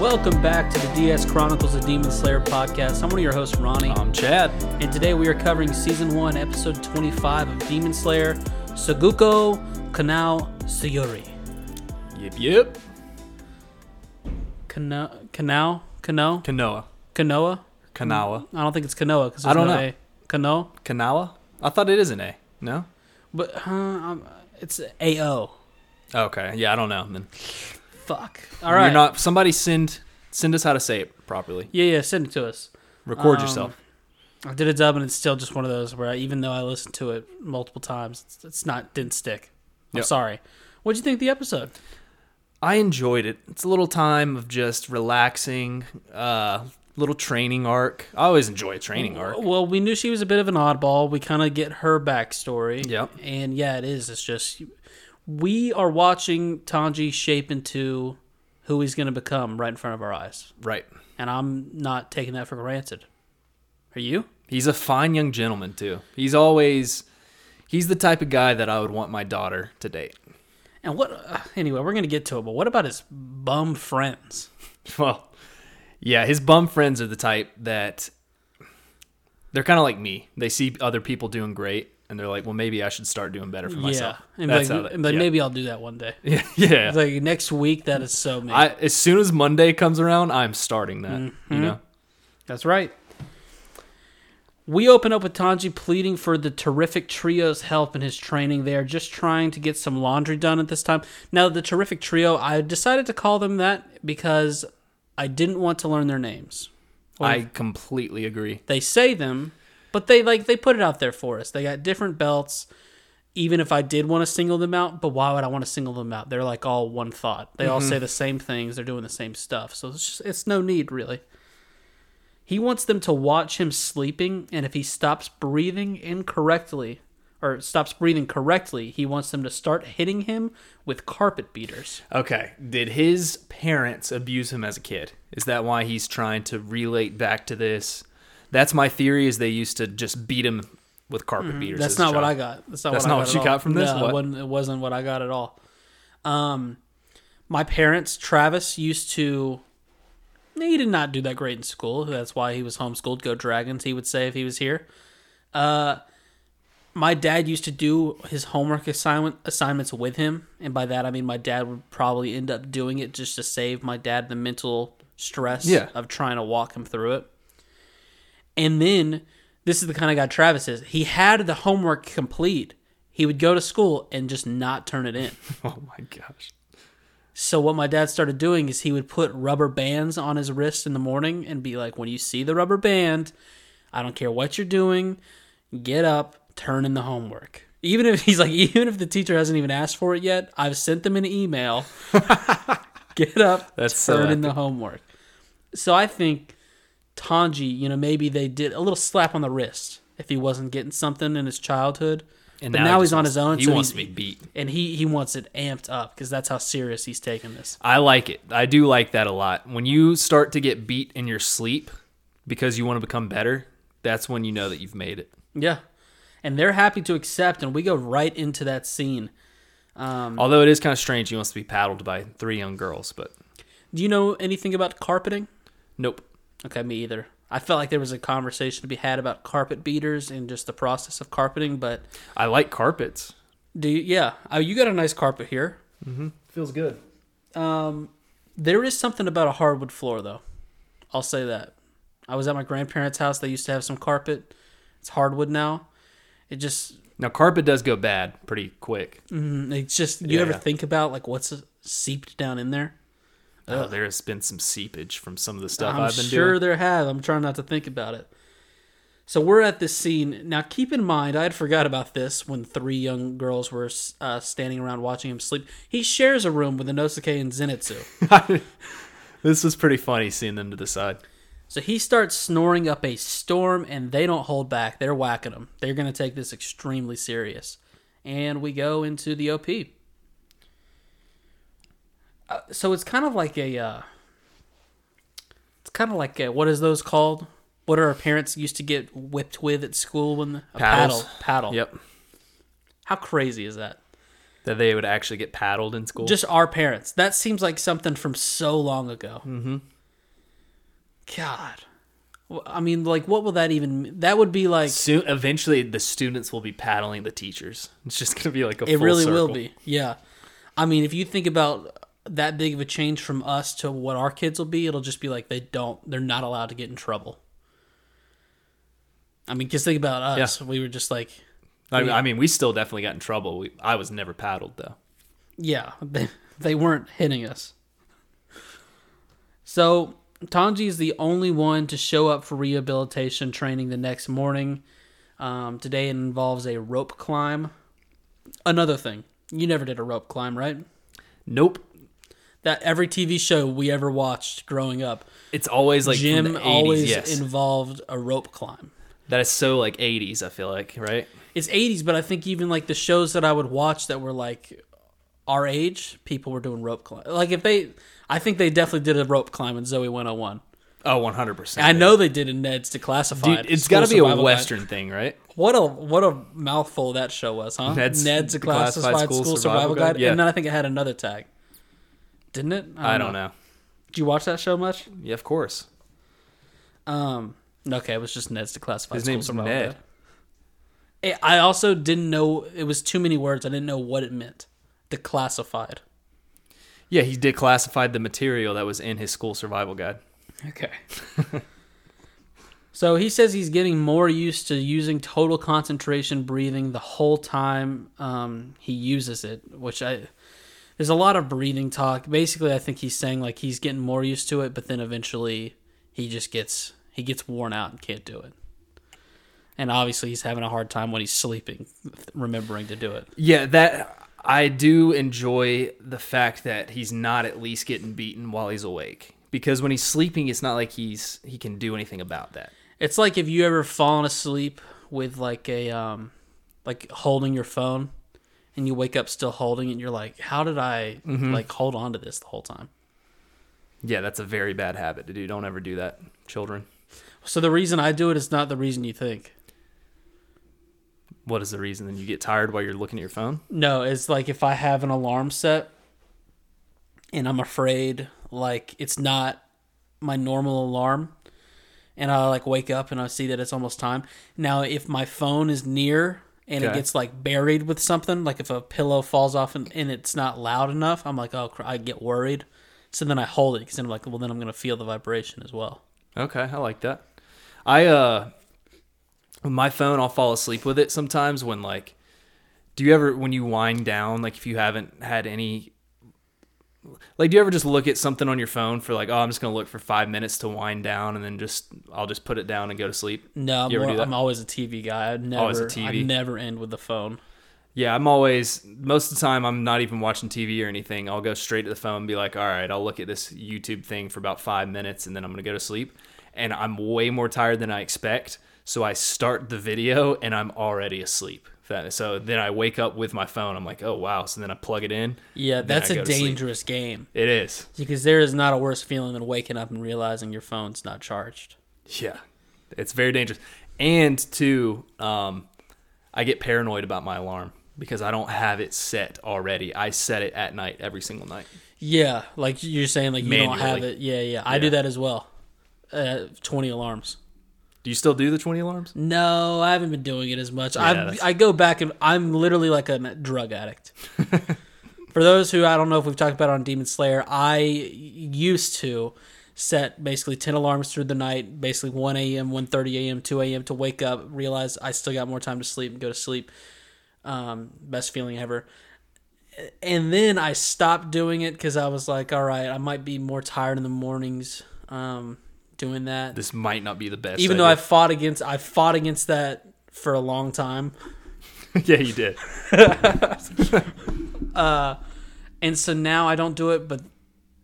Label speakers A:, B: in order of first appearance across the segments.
A: Welcome back to the DS Chronicles of Demon Slayer podcast. I'm one of your hosts, Ronnie,
B: I'm Um, Chad.
A: and today we are covering season one, episode 25 of Demon Slayer, Saguko Kanao Sayuri.
B: Yep, yep.
A: Kana- Kanao? Kanao?
B: Kanoa.
A: Kanoa?
B: Kanawa.
A: I don't think it's Kanoa because
B: I don't
A: no
B: know.
A: A. Kano?
B: Kanawa? I thought it is an A. No?
A: But huh, um, it's AO.
B: Okay. Yeah, I don't know. Then.
A: Fuck. All right.
B: You're not somebody send send us how to say it properly.
A: yeah, yeah, send it to us.
B: Record
A: Um,
B: yourself.
A: I did a dub, and it's still just one of those where I, even though I listened to it multiple times, it's, it's not didn't stick. I'm
B: Yep.
A: sorry. What'd you think of the episode?
B: I enjoyed it. It's a little time of just relaxing, uh little training arc. I always enjoy a training arc.
A: Well, we knew she was a bit of an oddball. We kind of get her backstory.
B: Yep.
A: And yeah, it is. It's just we are watching Tanji shape into who he's going to become right in front of our eyes,
B: Right.
A: and I'm not taking that for granted. Are you?
B: He's a fine young gentleman too. He's always he's the type of guy that I would want my daughter to date.
A: And what? Uh, anyway, we're gonna get to it. But what about his bum friends?
B: Well, yeah, his bum friends are the type that they're kind of like me. They see other people doing great, and they're like, "Well, maybe I should start doing better for myself."
A: Yeah, and be
B: That's
A: like,
B: how that,
A: and be like,
B: yeah.
A: maybe I'll do that one day.
B: yeah, yeah.
A: It's Like next week, that is so me.
B: I, as soon as Monday comes around, I'm starting that. You know,
A: Mm-hmm. That's right. We open up with Tanji pleading for the terrific trio's help in his training. They are just trying to get some laundry done at this time. Now, the terrific trio, I decided to call them that because I didn't want to learn their names.
B: I completely agree.
A: They say them, but they like they put it out there for us. They got different belts. Even if I did want to single them out, but why would I want to single them out? They're like all one thought. They all say the same things. They're doing the same stuff. So it's just it's no need really. He wants them to watch him sleeping, and if he stops breathing incorrectly or stops breathing correctly, he wants them to start hitting him with carpet beaters.
B: Okay, did his parents abuse him as a kid? Is that why he's trying to relate back to this? That's my theory. Is they used to just beat him with carpet beaters.
A: Mm-hmm. That's
B: as a
A: not what
B: child.
A: I got. That's not
B: That's
A: what
B: not
A: I got
B: what
A: at
B: you
A: all.
B: got from this?
A: No, it
B: What?
A: wasn't, it wasn't what I got at all. Um, my parents, Travis, used to. He did not do that great in school. That's why he was homeschooled. Go Dragons, he would say if he was here. Uh, my dad used to do his homework assignment assignments with him, and by that I mean my dad would probably end up doing it just to save my dad the mental stress
B: Yeah.
A: of trying to walk him through it. And then this is the kind of guy Travis is. He had the homework complete. He would go to school and just not turn it in.
B: Oh my gosh.
A: So what my dad started doing is he would put rubber bands on his wrist in the morning and be like, "When you see the rubber band, I don't care what you're doing, get up, turn in the homework." Even if he's like, even if the teacher hasn't even asked for it yet, I've sent them an email. get up,
B: That's so
A: turn in the homework. So I think Tanji, you know, maybe they did a little slap on the wrist if he wasn't getting something in his childhood.
B: And
A: but
B: now
A: now,
B: he
A: he's
B: just
A: on
B: wants-
A: his own.
B: he
A: so
B: wants
A: he's-
B: to be beat.
A: and he he wants it amped up because that's how serious he's taking this.
B: I like it. I do like that a lot. When you start to get beat in your sleep because you want to become better, that's when you know that you've made it.
A: Yeah. And they're happy to accept, and we go right into that scene. Um,
B: Although it is kind of strange, he wants to be paddled by three young girls, but
A: Do you know anything about carpeting?
B: nope.
A: Okay, me either. I felt like there was a conversation to be had about carpet beaters and just the process of carpeting, but
B: I like carpets.
A: do you, yeah. Oh, you got a nice carpet here.
B: Feels good.
A: There is something about a hardwood floor, though. I'll say that. I was at my grandparents' house. They used to have some carpet. It's hardwood now. It just,
B: Now carpet does go bad pretty quick.
A: Mm. it's just, you ever
B: Yeah.
A: think about like what's seeped down in there?
B: Oh, there has been some seepage from some of the stuff
A: I'm
B: I've been
A: sure
B: doing.
A: there have. I'm trying not to think about it. So we're at this scene now. Keep in mind, I had forgot about this when three young girls were uh, standing around watching him sleep. He shares a room with Inosuke and Zenitsu,
B: This was pretty funny seeing them to the side.
A: so he starts snoring up a storm, and they don't hold back. They're whacking him. They're going to take this extremely serious, and we go into the OP. Uh, so it's kind of like a, uh, it's kind of like a, what is those called? What are our parents used to get whipped with at school when the, a
B: Paddles.
A: paddle? Paddle.
B: Yep.
A: How crazy is that?
B: That they would actually get paddled in school.
A: Just our parents. That seems like something from so long ago. Mm-hmm. God. Well, I mean, like, what will that even? mean? That would be like
B: Soon, eventually, the students will be paddling the teachers. It's just going to be like a.
A: it
B: full
A: really
B: circle.
A: will be. Yeah, I mean, if you think about that big of a change from us to what our kids will be, it'll just be like they don't. They're not allowed to get in trouble. I mean, because think about us. We were just like,
B: I, I mean, we still definitely got in trouble. We, I was never paddled though.
A: yeah, they they weren't hitting us. So Tanji is the only one to show up for rehabilitation training the next morning. Um, today it involves a rope climb. Another thing, you never did a rope climb, right?
B: Nope.
A: that every TV show we ever watched growing up,
B: It's always like Jim
A: Jim always
B: yes.
A: involved a rope climb.
B: that is so like 80s. I feel like right.
A: It's 80s, but I think even like the shows that I would watch that were like our age, people were doing rope climb. Like if they, I think they definitely did a rope climb in Zoe 101.
B: Oh, 100. percent
A: I know they did in Ned's Declassified.
B: Dude, it's
A: School
B: got to be a
A: Survival Guide.
B: Western thing, right?
A: What a what a mouthful that show was, huh?
B: Ned's
A: Ned's
B: Declassified
A: Declassified
B: School
A: School
B: Survival
A: Survival
B: Guide?
A: Guide,
B: Yeah.
A: and then I think it had another tag, didn't it?
B: I don't know.
A: Did you watch that show much?
B: Yeah, of course.
A: Um. Okay, it was just Ned's declassified.
B: His
A: School
B: name's
A: Survival
B: Ned.
A: Guide. Eh, I also didn't know it was too many words. I didn't know what it meant. Declassified.
B: Yeah, he declassified the material that was in his school survival guide.
A: Okay. so he says he's getting more used to using total concentration breathing the whole time um, he uses it, which I. There's a lot of breathing talk. Basically, I think he's saying like he's getting more used to it, but then eventually he just gets he gets worn out and can't do it. And obviously, he's having a hard time when he's sleeping, remembering to do it.
B: Yeah, that I do enjoy the fact that he's not at least getting beaten while he's awake. Because when he's sleeping, it's not like he's he can do anything about that.
A: It's like if you ever fallen asleep with like a um like holding your phone and you wake up still holding it and you're like, How did I like hold on to this the whole time?
B: Yeah, that's a very bad habit to do. Don't ever do that, children.
A: So the reason I do it is not the reason you think.
B: What is the reason? Then you get tired while you're looking at your phone?
A: No, it's like if I have an alarm set and I'm afraid like it's not my normal alarm and I like wake up and I see that it's almost time. Now if my phone is near and it
B: Okay.
A: gets like buried with something, like if a pillow falls off and, and it's not loud enough, I'm like, oh, cr- I get worried. So then I hold it because I'm like, well, then I'm going to feel the vibration as well.
B: Okay, I like that. I uh with my phone I'll fall asleep with it sometimes when like do you ever when you wind down like if you haven't had any like do you ever just look at something on your phone for like oh I'm just going to look for 5 minutes to wind down and then just I'll just put it down and go to sleep.
A: No, I'm,
B: You ever
A: more-
B: do that?
A: I'm always a TV guy. I never,
B: Always a
A: I
B: TV.
A: never end with the phone.
B: Yeah, I'm always most of the time I'm not even watching TV or anything. I'll go straight to the phone and be like, "All right, I'll look at this YouTube thing for about 5 minutes and then I'm going to go to sleep." And I'm way more tired than I expect, so I start the video and I'm already asleep. That, so then I wake up with my phone. I'm like, "Oh wow." So then I plug it in.
A: Yeah,
B: then I
A: that's a
B: go to sleep.
A: dangerous game.
B: It is.
A: Because there is not a worse feeling than waking up and realizing your phone's not charged.
B: Yeah. It's very dangerous. And two, um, I get paranoid about my alarm because I don't have it set already. I set it at night every single night.
A: Yeah, like you're saying, like you don't have
B: Manually.
A: it. Yeah, yeah. I
B: Yeah.
A: do that as well. Uh, Twenty alarms.
B: Do you still do the 20 alarms?
A: No, I haven't been doing it as much.
B: that's-
A: I I go back and I'm literally like a drug addict. For those who I don't know if we've talked about on Demon Slayer, I used to set basically 10 alarms through the night, basically 1 a.m., 1.30 a.m., 2 a.m. to wake up, realize I still got more time to sleep and go to sleep. Um, best feeling ever. And then I stopped doing it because I was like, all right, I might be more tired in the mornings um, doing that
B: this might not be the best.
A: even though I fought against I fought against that for a long time.
B: I've yeah, you did.
A: And so now I don't do it, but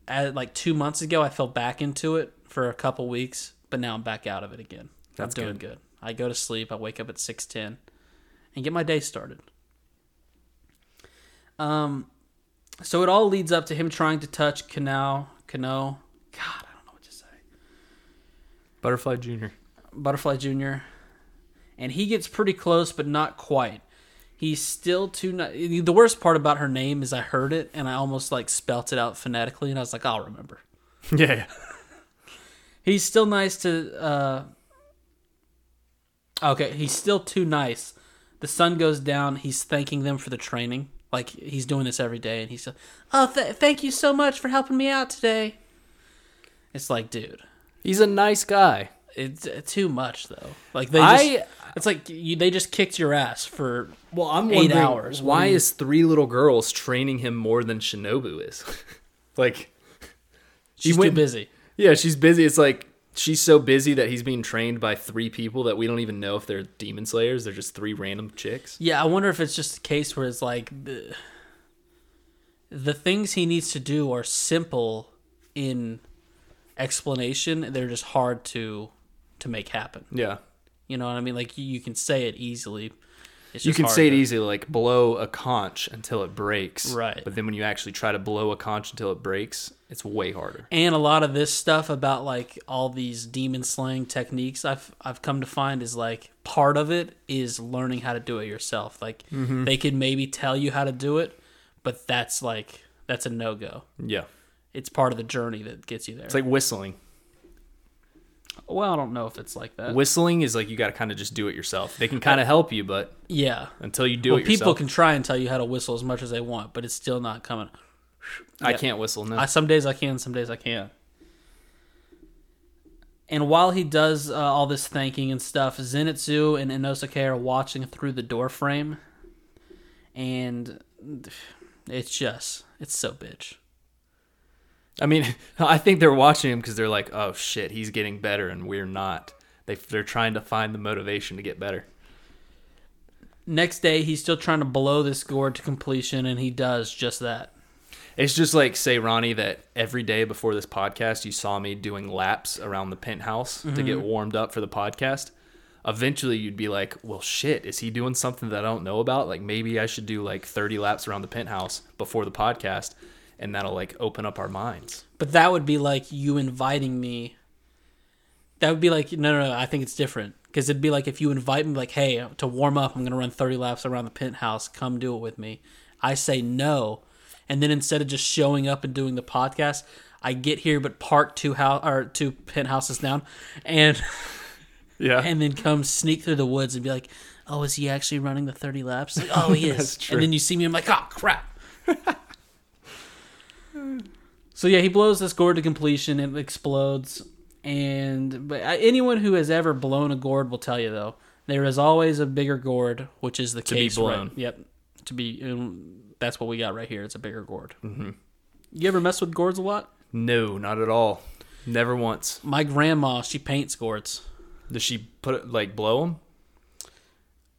A: at like 2 months ago I fell back into it for a couple weeks, but now I'm back out of it again.
B: That's
A: I'm doing good. I go to sleep, I wake up at 6:10 and get my day started. Um so it all leads up to him trying to touch Canal, Cano. God, I don't know what to say.
B: Butterfly Junior.
A: Butterfly Jr. And he gets pretty close, but not quite. He's still too. ni- The worst part about her name is I heard it and I almost like spelt it out phonetically, and I was like, I'll remember.
B: Yeah,
A: He's still nice to. Uh, okay, he's still too nice. The sun goes down. He's thanking them for the training. Like he's doing this every day, and he's like, "Oh, th- thank you so much for helping me out today." It's like, dude,
B: He's a nice guy.
A: it's uh, too much though. Like they, just,
B: I-
A: it's like you, they just kicked your ass for.
B: Well, I'm
A: Eight
B: wondering
A: hours. What
B: Why
A: do you-
B: is three little girls training him more than Shinobu is? like,
A: She's
B: went-
A: too busy.
B: yeah, she's busy. It's like she's so busy that he's being trained by three people that we don't even know if they're demon slayers. They're just three random chicks.
A: Yeah, I wonder if it's just a case where it's like the, the things he needs to do are simple in explanation. They're just hard to to make happen.
B: Yeah.
A: You know what I mean? Like you, you can say it easily. It's
B: You
A: just
B: can
A: hard
B: say it
A: to-
B: easily, like blow a conch until it breaks.
A: Right.
B: But then when you actually try to blow a conch until it breaks, it's way harder.
A: And a lot of this stuff about like all these demon slaying techniques, I've I've come to find is like part of it is learning how to do it yourself. Like
B: Mm-hmm.
A: they can maybe tell you how to do it, but that's like that's a no go.
B: Yeah.
A: it's part of the journey that gets you there.
B: It's like whistling.
A: well, I don't know if it's like that.
B: Whistling is like you got to kind of just do it yourself. They can kind of help you, but
A: yeah.
B: until you do
A: Well,
B: it
A: people
B: yourself,
A: can try and tell you how to whistle as much as they want, but it's still not coming.
B: I can't whistle. No.
A: I, some days I can, some days I can't. And while he does uh, all this thanking and stuff, Zenitsu and Inosuke are watching through the door frame, and it's just it's so bitch.
B: I mean, I think they're watching him because they're like, "Oh shit, he's getting better, and we're not." They they're trying to find the motivation to get better.
A: Next day, he's still trying to blow this gourd to completion, and he does just that.
B: It's just like say Ronnie that every day before this podcast, you saw me doing laps around the penthouse to get
A: Mm-hmm.
B: warmed up for the podcast. Eventually, you'd be like, "Well, shit, is he doing something that I don't know about? Like maybe I should do like 30 laps around the penthouse before the podcast, and that'll like open up our minds."
A: But that would be like you inviting me. That would be like no, no, no. I think it's different because it'd be like if you invite me, like, hey, to warm up, I'm gonna run 30 laps around the penthouse. Come do it with me. I say no, and then instead of just showing up and doing the podcast, I get here, but park two house or two penthouses down, and
B: Yeah,
A: and then come sneak through the woods and be like, oh, is he actually running the 30 laps? Like, oh, he is.
B: That's true.
A: And then you see me, I'm like, oh, crap. so, yeah, he blows this gourd to completion. It explodes. And but uh, anyone who has ever blown a gourd will tell you, though, there is always a bigger gourd, which is the
B: be
A: case.
B: blown.
A: Right? Yep. To be, um, that's what we got right here. It's a bigger gourd. Mm-hmm. You ever mess with gourds a lot?
B: no, not at all. Never once
A: My grandma, she paints gourds.
B: does she put it like blow them.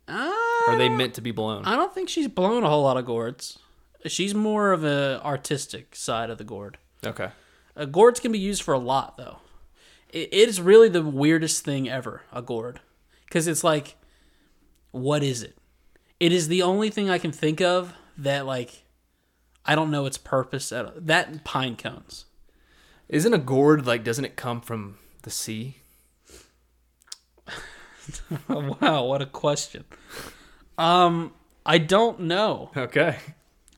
A: Ah.
B: Are they meant to be blown?
A: I don't think she's blown a whole lot of gourds. She's more of a artistic side of the gourd.
B: Okay.
A: Uh, gourds can be used for a lot though. It, it is really the weirdest thing ever, a gourd, because it's like, what is it? It is the only thing I can think of that like, I don't know its purpose at all. That and pine cones.
B: Isn't a gourd like doesn't it come from the sea?
A: wow, what a question. Um, I don't know.
B: Okay.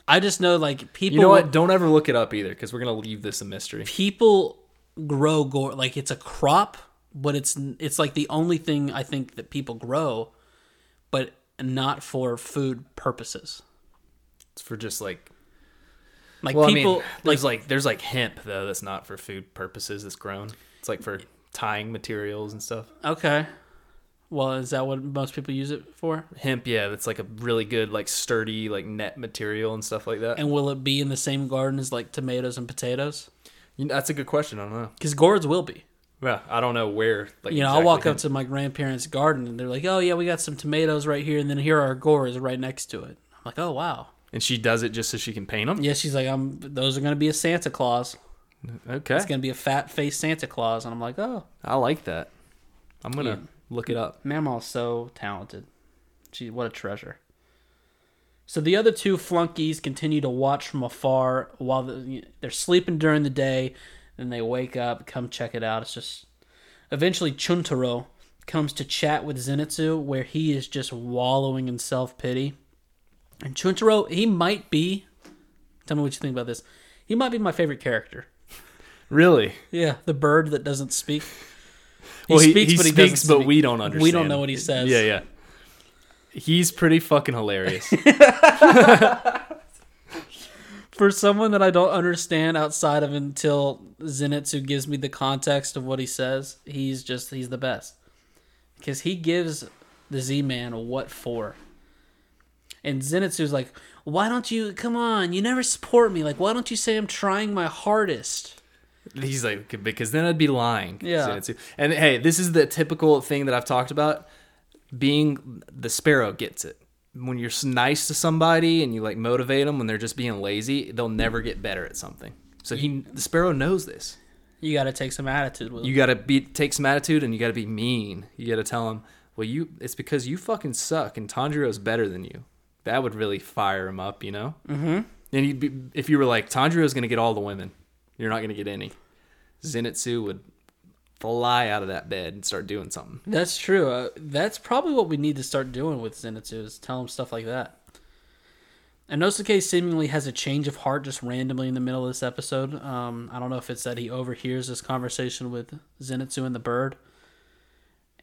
A: I just know like people.
B: You know what? Don't ever look it up either cuz we're going to leave this a mystery.
A: people grow gourd like it's a crop but it's it's like the only thing i think that people grow but not for food purposes
B: It's for just like
A: like
B: well,
A: people
B: I mean, there's like, there's like hemp though that's not for food purposes that's grown. It's like for tying materials and stuff.
A: okay well is that what most people use it for
B: Hemp, yeah, that's like a really good like sturdy like net material and stuff like that.
A: and will it be in the same garden as like tomatoes and potatoes
B: You know, that's a good question. I don't know.
A: because gourds will be
B: Yeah, I don't know where like
A: you know i walk
B: exactly
A: up to my grandparents garden and they're like oh yeah we got some tomatoes right here and then here are gourds right next to it i'm like oh wow
B: hemp- and she does it just so she can paint them.
A: yeah she's like i'm those are gonna be a santa claus
B: Okay.
A: it's gonna be a fat faced santa claus and i'm like oh
B: I like that. I'm going to look it up.
A: Mamaw's so talented. She what a treasure. So the other two flunkies continue to watch from afar while the, they're sleeping during the day. Then they wake up, come check it out. It's just eventually Chuntaro comes to chat with Zenitsu, where he is just wallowing in self pity. And Chuntaro, he might be. Tell me what you think about this. He might be my favorite character.
B: Really?
A: Yeah, the bird that doesn't speak. He
B: well, he
A: speaks,
B: he
A: but he doesn't
B: speaks, but
A: speak.
B: we don't understand.
A: We don't know what he says.
B: Yeah, yeah. He's pretty fucking hilarious.
A: For someone that I don't understand outside of until Zenitsu gives me the context of what he says, he's just he's the best. Because he gives the Z Man a what for. And Zenitsu's like, Why don't you come on, you never support me. Like, why don't you say I'm trying my hardest?
B: He's like because then I'd be lying.
A: Yeah.
B: Zenitsu. And hey, this is the typical thing that I've talked about. Being the sparrow gets it. When you're s- nice to somebody and you like motivate them when they're just being lazy, they'll never get better at something. So he, the sparrow knows this.
A: You gotta take some attitude with him.
B: You gotta be take some attitude and you gotta be mean. You gotta tell him, well, you it's because you fucking suck and Tanjiro's better than you. That would really fire him up, you know. Mm-hmm. And you'd be, if you were like Tanjiro's gonna get all the women, you're not gonna get any. Zenitsu would fly out of that bed and start doing something.
A: That's true. Uh, that's probably what we need to start doing with Zenitsu is tell him stuff like that. And Nosuke seemingly has a change of heart just randomly in the middle of this episode. Um, I don't know if it's that he overhears this conversation with Zenitsu and the bird.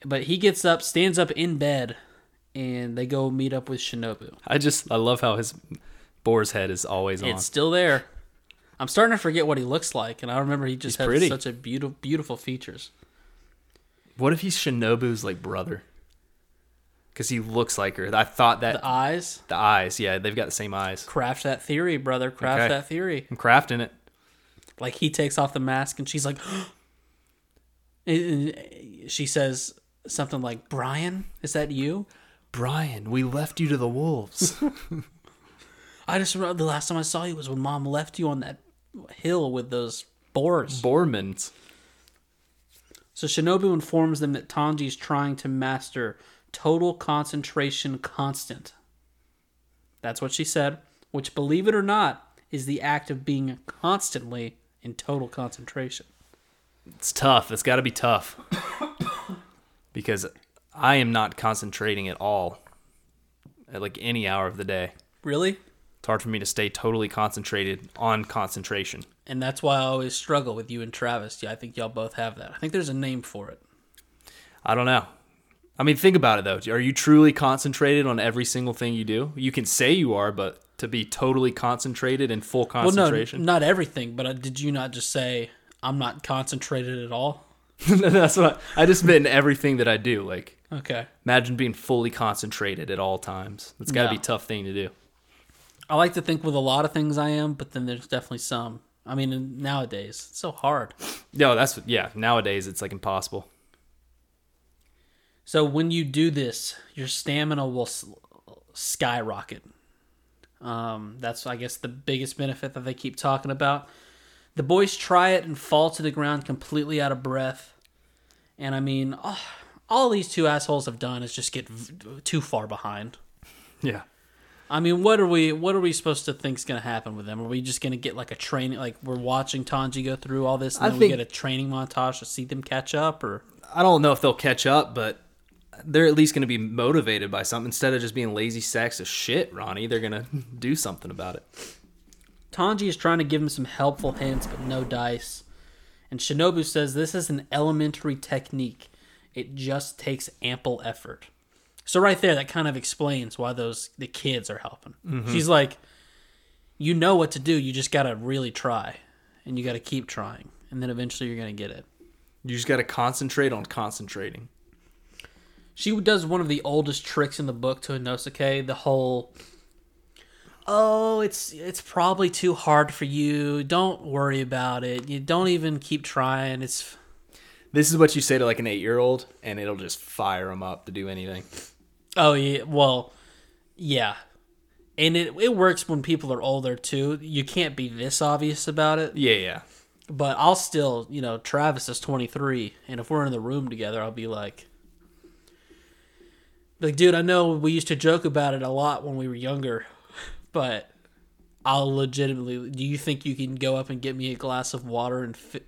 A: But he gets up, stands up in bed, and they go meet up with Shinobu.
B: I just I love how his boar's head is always on.
A: It's still there. I'm starting to forget what he looks like, and I remember he just
B: He's
A: had
B: pretty.
A: such a beautiful, beautiful features.
B: What if he's Shinobu's like brother? Because he looks like her. I thought that
A: The eyes,
B: the eyes, yeah, they've got the same eyes.
A: craft that theory, brother. Craft
B: Okay.
A: that theory.
B: I'm crafting it.
A: like he takes off the mask and she's like and- and she says something like brian is that you
B: Brian, we left you to the wolves.
A: i just remember the last time i saw you was when mom left you on that hill with those boars
B: Bormans.
A: so shinobu informs them that tanji's trying to master total concentration constant that's what she said which believe it or not is the act of being constantly in total concentration
B: It's tough. It's got to be tough. because I am not concentrating at all at like any hour of the day.
A: really
B: It's hard for me to stay totally concentrated on concentration.
A: And that's why I always struggle with you and Travis. Yeah, I think y'all both have that. I think there's a name for it.
B: I don't know. I mean, think about it though. Are you truly concentrated on every single thing you do? You can say you are, but to be totally concentrated in full
A: Well, no,
B: concentration.
A: not everything, but uh, did you not just say, I'm not concentrated at all?
B: That's what I, I just meant in everything that I do. Like,
A: Okay.
B: imagine being fully concentrated at all times. That's got to
A: No.
B: be a tough thing to do.
A: I like to think with a lot of things I am, but then there's definitely some. I mean, and nowadays, it's so hard.
B: No, that's yeah. Nowadays, it's like impossible.
A: So when you do this, your stamina will s- skyrocket. Um, that's, I guess, the biggest benefit that they keep talking about. The boys try it and fall to the ground completely out of breath. And I mean, ah, all these two assholes have done is just get v- too far behind.
B: Yeah,
A: I mean, what are we? What are we supposed to think's going to happen with them? Are we just going to get like a training? Like we're watching Tanji go through all this, and
B: I
A: then we
B: think-
A: get a training montage to see them catch up, or
B: I don't know if they'll catch up, but they're at least going to be motivated by something instead of just being lazy sacks of shit, Ronnie. They're going to do something about it.
A: Tanji is trying to give him some helpful hints, but no dice. And Shinobu says this is an elementary technique. It just takes ample effort. So right there, that kind of explains why those the kids are helping. She's like, you know what to do. You just gotta really try, and you gotta keep trying, and then eventually you're gonna get it.
B: You just got to concentrate on concentrating.
A: She does one of the oldest tricks in the book to Inosuke, the whole Oh, it's it's probably too hard for you. Don't worry about it. You don't even keep trying. It's
B: This is what you say to like an eight-year-old, and it'll just fire them up to do anything.
A: Oh yeah, well, yeah. And it it works when people are older too. You can't be this obvious about it.
B: Yeah, yeah.
A: But I'll still, you know, Travis is 23, and if we're in the room together, I'll be like, like, dude, I know we used to joke about it a lot when we were younger, but I'll legitimately. Do you think you can go up and get me a glass of water in fi-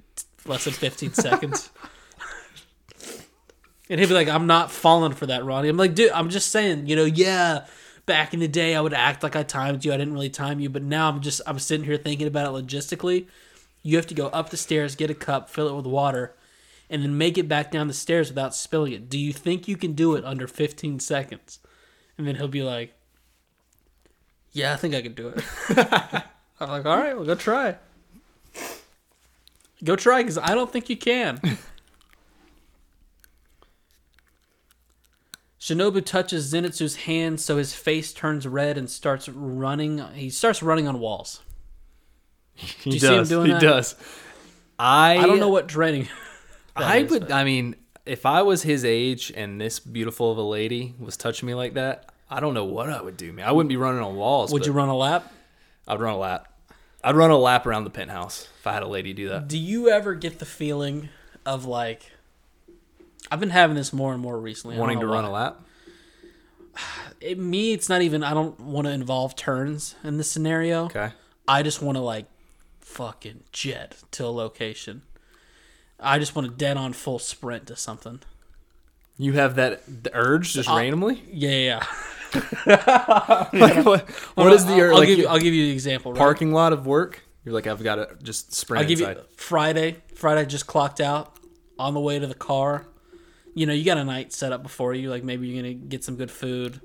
A: less than 15 seconds? And he'd be like, I'm not falling for that, Ronnie. I'm like, dude, I'm just saying, you know, yeah. Back in the day, I would act like I timed you. I didn't really time you, but now I'm just I'm sitting here thinking about it logistically you have to go up the stairs, get a cup, fill it with water, and then make it back down the stairs without spilling it. Do you think you can do it under 15 seconds? And then he'll be like, Yeah, I think I can do it. I'm like, All right, well, go try. Go try because I don't think you can. Shinobu touches Zenitsu's hand so his face turns red and starts running. He starts running on walls.
B: He
A: you see him
B: does.
A: doing
B: he
A: that?
B: does. I
A: I don't know what draining. that
B: I
A: is,
B: would.
A: but-
B: I mean, if I was his age and this beautiful of a lady was touching me like that, I don't know what I would do. Man, I wouldn't be running on walls.
A: Would you run a lap?
B: I'd run a lap. I'd run a lap around the penthouse if I had a lady do that.
A: Do you ever get the feeling of like I've been having this more and more recently. I don't
B: Wanting
A: know
B: to run
A: why.
B: a lap.
A: It, me, it's not even I don't want to involve turns in this scenario.
B: Okay.
A: I just want to like fucking jet to a location. I just want to dead on full sprint to something.
B: You have that the urge
A: Uh,
B: just randomly.
A: Yeah, yeah. yeah.
B: Like what? What is the
A: I'll,
B: urge?
A: I'll
B: Like
A: give you,
B: you-
A: I'll give you the example. Right?
B: parking lot of work. You're like I've got to just sprint
A: I'll give
B: inside.
A: you Friday. Friday I just clocked out on the way to the car. You know, you got a night set up before you. Like maybe you're gonna get some good food.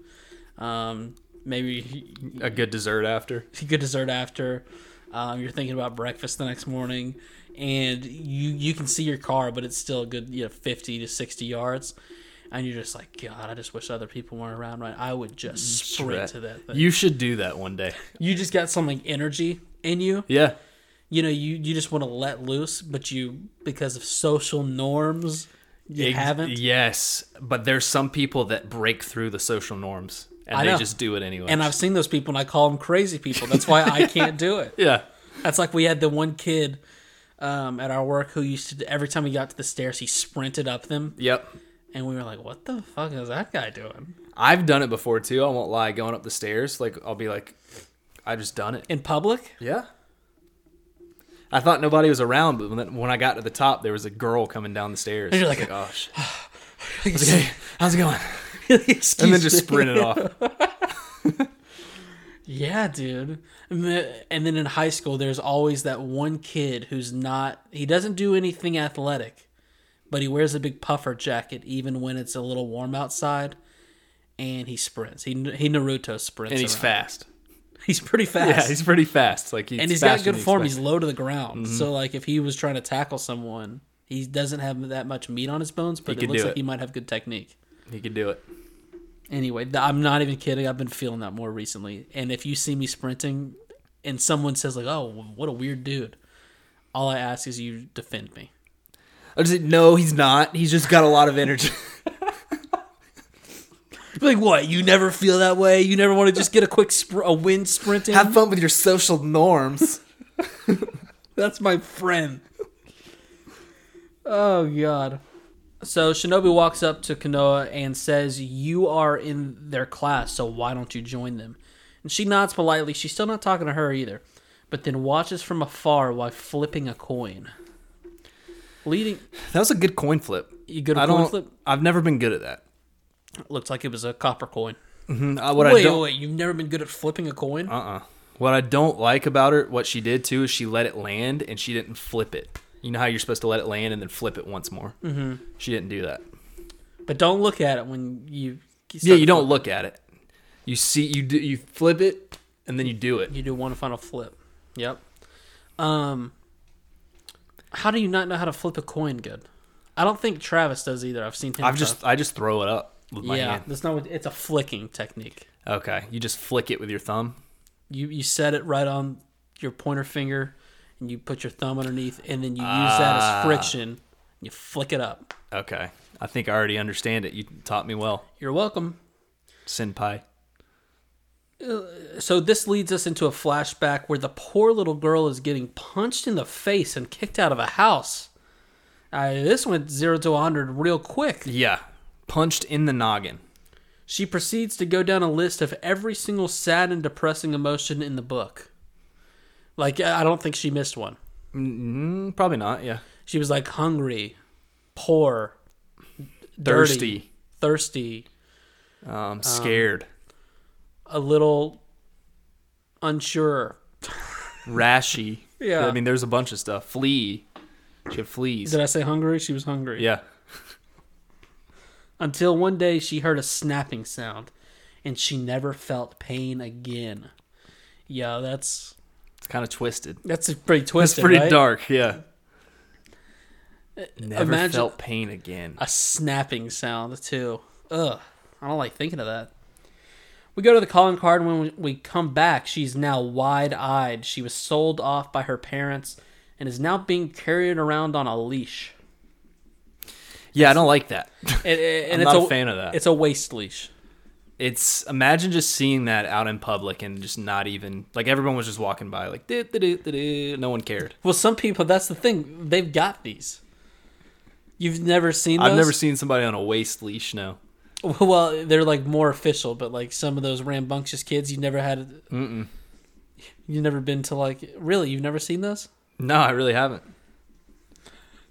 A: Um, maybe you-
B: a good dessert after.
A: you get dessert after. Um, you're thinking about breakfast the next morning, and you you can see your car, but it's still a good you know 50 to 60 yards, and you're just like, God, I just wish other people weren't around. Right, I would just sprint to that thing.
B: You should do that one day.
A: You just got some like energy in you
B: Yeah.
A: you know you you just want to let loose but you because of social norms you
B: Ex-
A: haven't
B: Yes, but there's some people that break through the social norms and
A: I
B: they
A: know.
B: just do it anyway.
A: and i've seen those people and i call them crazy people that's why i can't do it
B: yeah,
A: that's like we had the one kid um, at our work who used to every time he got to the stairs he sprinted up them
B: yep.
A: and we were like what the fuck is that guy doing
B: I've done it before too. I won't lie. Going up the stairs, like I'll be like, I just done it.
A: in public
B: Yeah. I thought nobody was around, but when, when I got to the top, there was a girl coming down the stairs.
A: And you're
B: I was
A: like,
B: oh, sh- I was like, "Hey, how's it going?
A: Excuse
B: And then just
A: me.
B: sprinted off.
A: Yeah, dude. And the- and then in high school, there's always that one kid who's not, he doesn't do anything athletic, but he wears a big puffer jacket even when it's a little warm outside. And he sprints. He, he Naruto sprints.
B: And he's
A: around.
B: fast.
A: He's pretty fast.
B: Yeah, he's pretty fast. Like he's
A: and he's got
B: faster
A: good
B: than you
A: form.
B: expect. Mm-hmm.
A: He's low to the ground. So, like, if he was trying to tackle someone, he doesn't have that much meat on his bones, but it
B: could
A: looks
B: do
A: like
B: it.
A: he might have good technique.
B: He could do it.
A: Anyway, th- I'm not even kidding. I've been feeling that more recently. And if you see me sprinting and someone says, like, oh, what a weird dude, all I ask is you defend me.
B: I was like, no, he's not. He's just got a lot of energy.
A: Like, what? You never feel that way? You never want to just get a quick spr- a win sprinting?
B: Have fun with your social norms.
A: That's my friend. oh, God. So Shinobi walks up to Kanoa and says, You are in their class, so why don't you join them? And she nods politely. She's still not talking to her either, but then watches from afar while flipping a coin. Leading.
B: That was a good coin flip.
A: You good
B: I
A: at coin
B: don't.
A: flip?
B: I've never been good at that.
A: Looks like it was a copper coin.
B: Mm, I- What
A: wait,
B: I don't.
A: wait, you've never been good at flipping a coin?
B: Uh. uh What I don't like about her, what she did too, is she let it land and she didn't flip it. You know how you're supposed to let it land and then flip it once more. Mm-hmm. She didn't do that.
A: but don't look at it when you.
B: yeah,
A: start-
B: you don't look at it. You see, you do, you flip it and then you do it.
A: You do one final flip. Yep. Um. How do you not know how to flip a coin good? I don't think Travis does either. I've seen him.
B: I've
A: try-
B: just I just throw it up with my
A: yeah.
B: hand.
A: That's not. What, it's a flicking technique.
B: Okay, you just flick it with your thumb.
A: You you set it right on your pointer finger, and you put your thumb underneath, and then you use that
B: Ah.
A: as friction. And you flick it up.
B: Okay, I think I already understand it. You taught me well,
A: You're welcome.
B: senpai.
A: So this leads us into a flashback where the poor little girl is getting punched in the face and kicked out of a house. Uh, this went zero to 100 real quick.
B: Yeah, punched in the noggin.
A: She proceeds to go down a list of every single sad and depressing emotion in the book. Like, I I don't think she missed one.
B: Mm, probably not. Yeah,
A: She was like hungry, poor, dirty,
B: thirsty.
A: thirsty,
B: Um, scared,
A: a little unsure.
B: rashy.
A: Yeah.
B: I mean, there's a bunch of stuff. Flea. She had fleas.
A: Did I say hungry? She was hungry.
B: Yeah.
A: Until one day she heard a snapping sound and she never felt pain again. Yeah, that's
B: It's kind of twisted.
A: that's a pretty
B: It's
A: twisted.
B: pretty
A: right? Uh,
B: dark. Yeah. Never
A: imagine-
B: felt pain again.
A: A snapping sound too. Ugh. I don't like thinking of that. We go to the calling card and when we- we come back, she's now wide eyed. She was sold off by her parents and is now being carried around on a leash.
B: Yeah, I don't like that.
A: And, and
B: I'm
A: it's
B: not a fan of that.
A: It's a waist leash.
B: It's imagine just seeing that out in public and just not even like everyone was just walking by like "Doo, doo, doo, doo, doo." no one cared.
A: Well, some people, that's the thing. They've got these. You've never seen those?
B: I've never seen somebody on a waist leash. No,
A: Well, they're like more official, but like some of those rambunctious kids, you've never had. Mm-mm. You've never been to like. Really? You've never seen those?
B: no, I really haven't.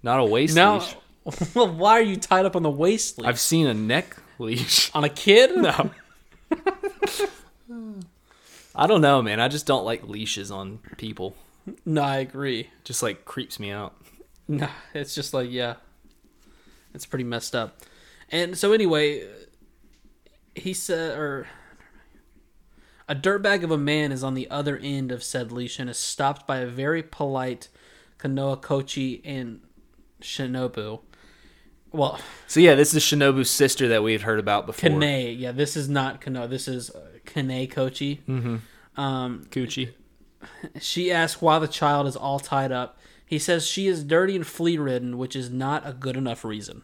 B: Not a waist
A: No.
B: leash.
A: well, why are you tied up on the waist leash?
B: I've seen a neck leash.
A: On a kid?
B: No. I don't know, man. I just don't like leashes on people.
A: No, I agree.
B: Just like creeps me out.
A: No, it's just like, yeah. It's pretty messed up. And so, anyway, he said, or. A dirtbag of a man is on the other end of said leash and is stopped by a very polite Kanoa Kochi and Shinobu. Well,
B: So yeah, this is Shinobu's sister that we had heard about before.
A: Kane. Yeah, this is not Kanoa. This is uh, Kane Kochi.
B: Coochie.
A: She asks why the child is all tied up. He says she is dirty and flea ridden, which is not a good enough reason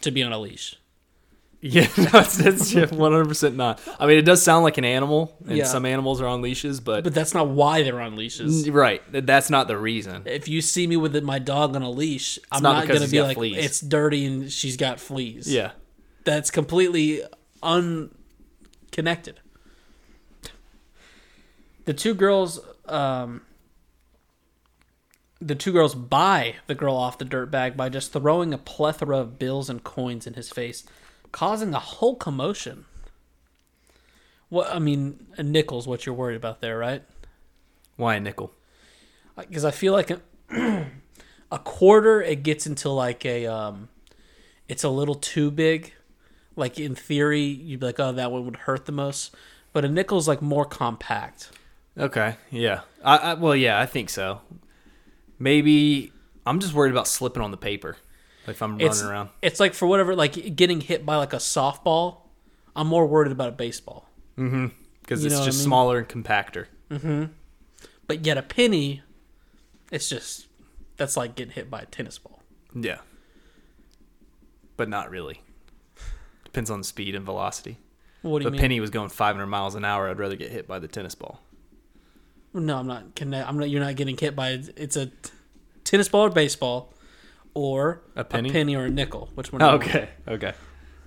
A: to be on a leash.
B: Yeah, no, it's, that's one hundred percent not. I mean, it does sound like an animal, and
A: Yeah.
B: some animals are on leashes, but,
A: But that's not why they're on leashes.
B: right, th- that's not the reason.
A: If you see me with my dog on a leash, I'm
B: not
A: not,
B: because
A: going to
B: he's
A: be
B: got
A: like,
B: fleas.
A: it's dirty and she's got fleas.
B: Yeah,
A: That's completely unconnected. The two girls, um, the two girls buy the girl off the dirtbag by just throwing a plethora of bills and coins in his face, causing a whole commotion. What I mean, a nickel's what you're worried about there, right?
B: why a nickel?
A: because I feel like a, a quarter it gets into like a um, it's a little too big. Like in theory, you'd be like, oh, that one would hurt the most, but a nickel's like more compact.
B: Okay, yeah, I, I well, yeah, I think so. Maybe I'm just worried about slipping on the paper if I'm
A: It's
B: running around.
A: it's like for whatever like getting hit by like a softball. I'm more worried about a baseball,
B: because
A: You
B: it's
A: know what I
B: just
A: mean?
B: smaller and compacter.
A: but yet a penny, it's just that's like getting hit by a tennis ball.
B: Yeah, but not really. Depends on the speed and velocity.
A: What do
B: If
A: you
B: a
A: mean?
B: penny was going 500 miles an hour, I'd rather get hit by the tennis ball.
A: No, I'm not. Connect, I'm not. You're not getting hit by. It's a t- tennis ball or baseball, or
B: A penny? Oh,
A: or a nickel. Which one? do you want?
B: Okay, okay,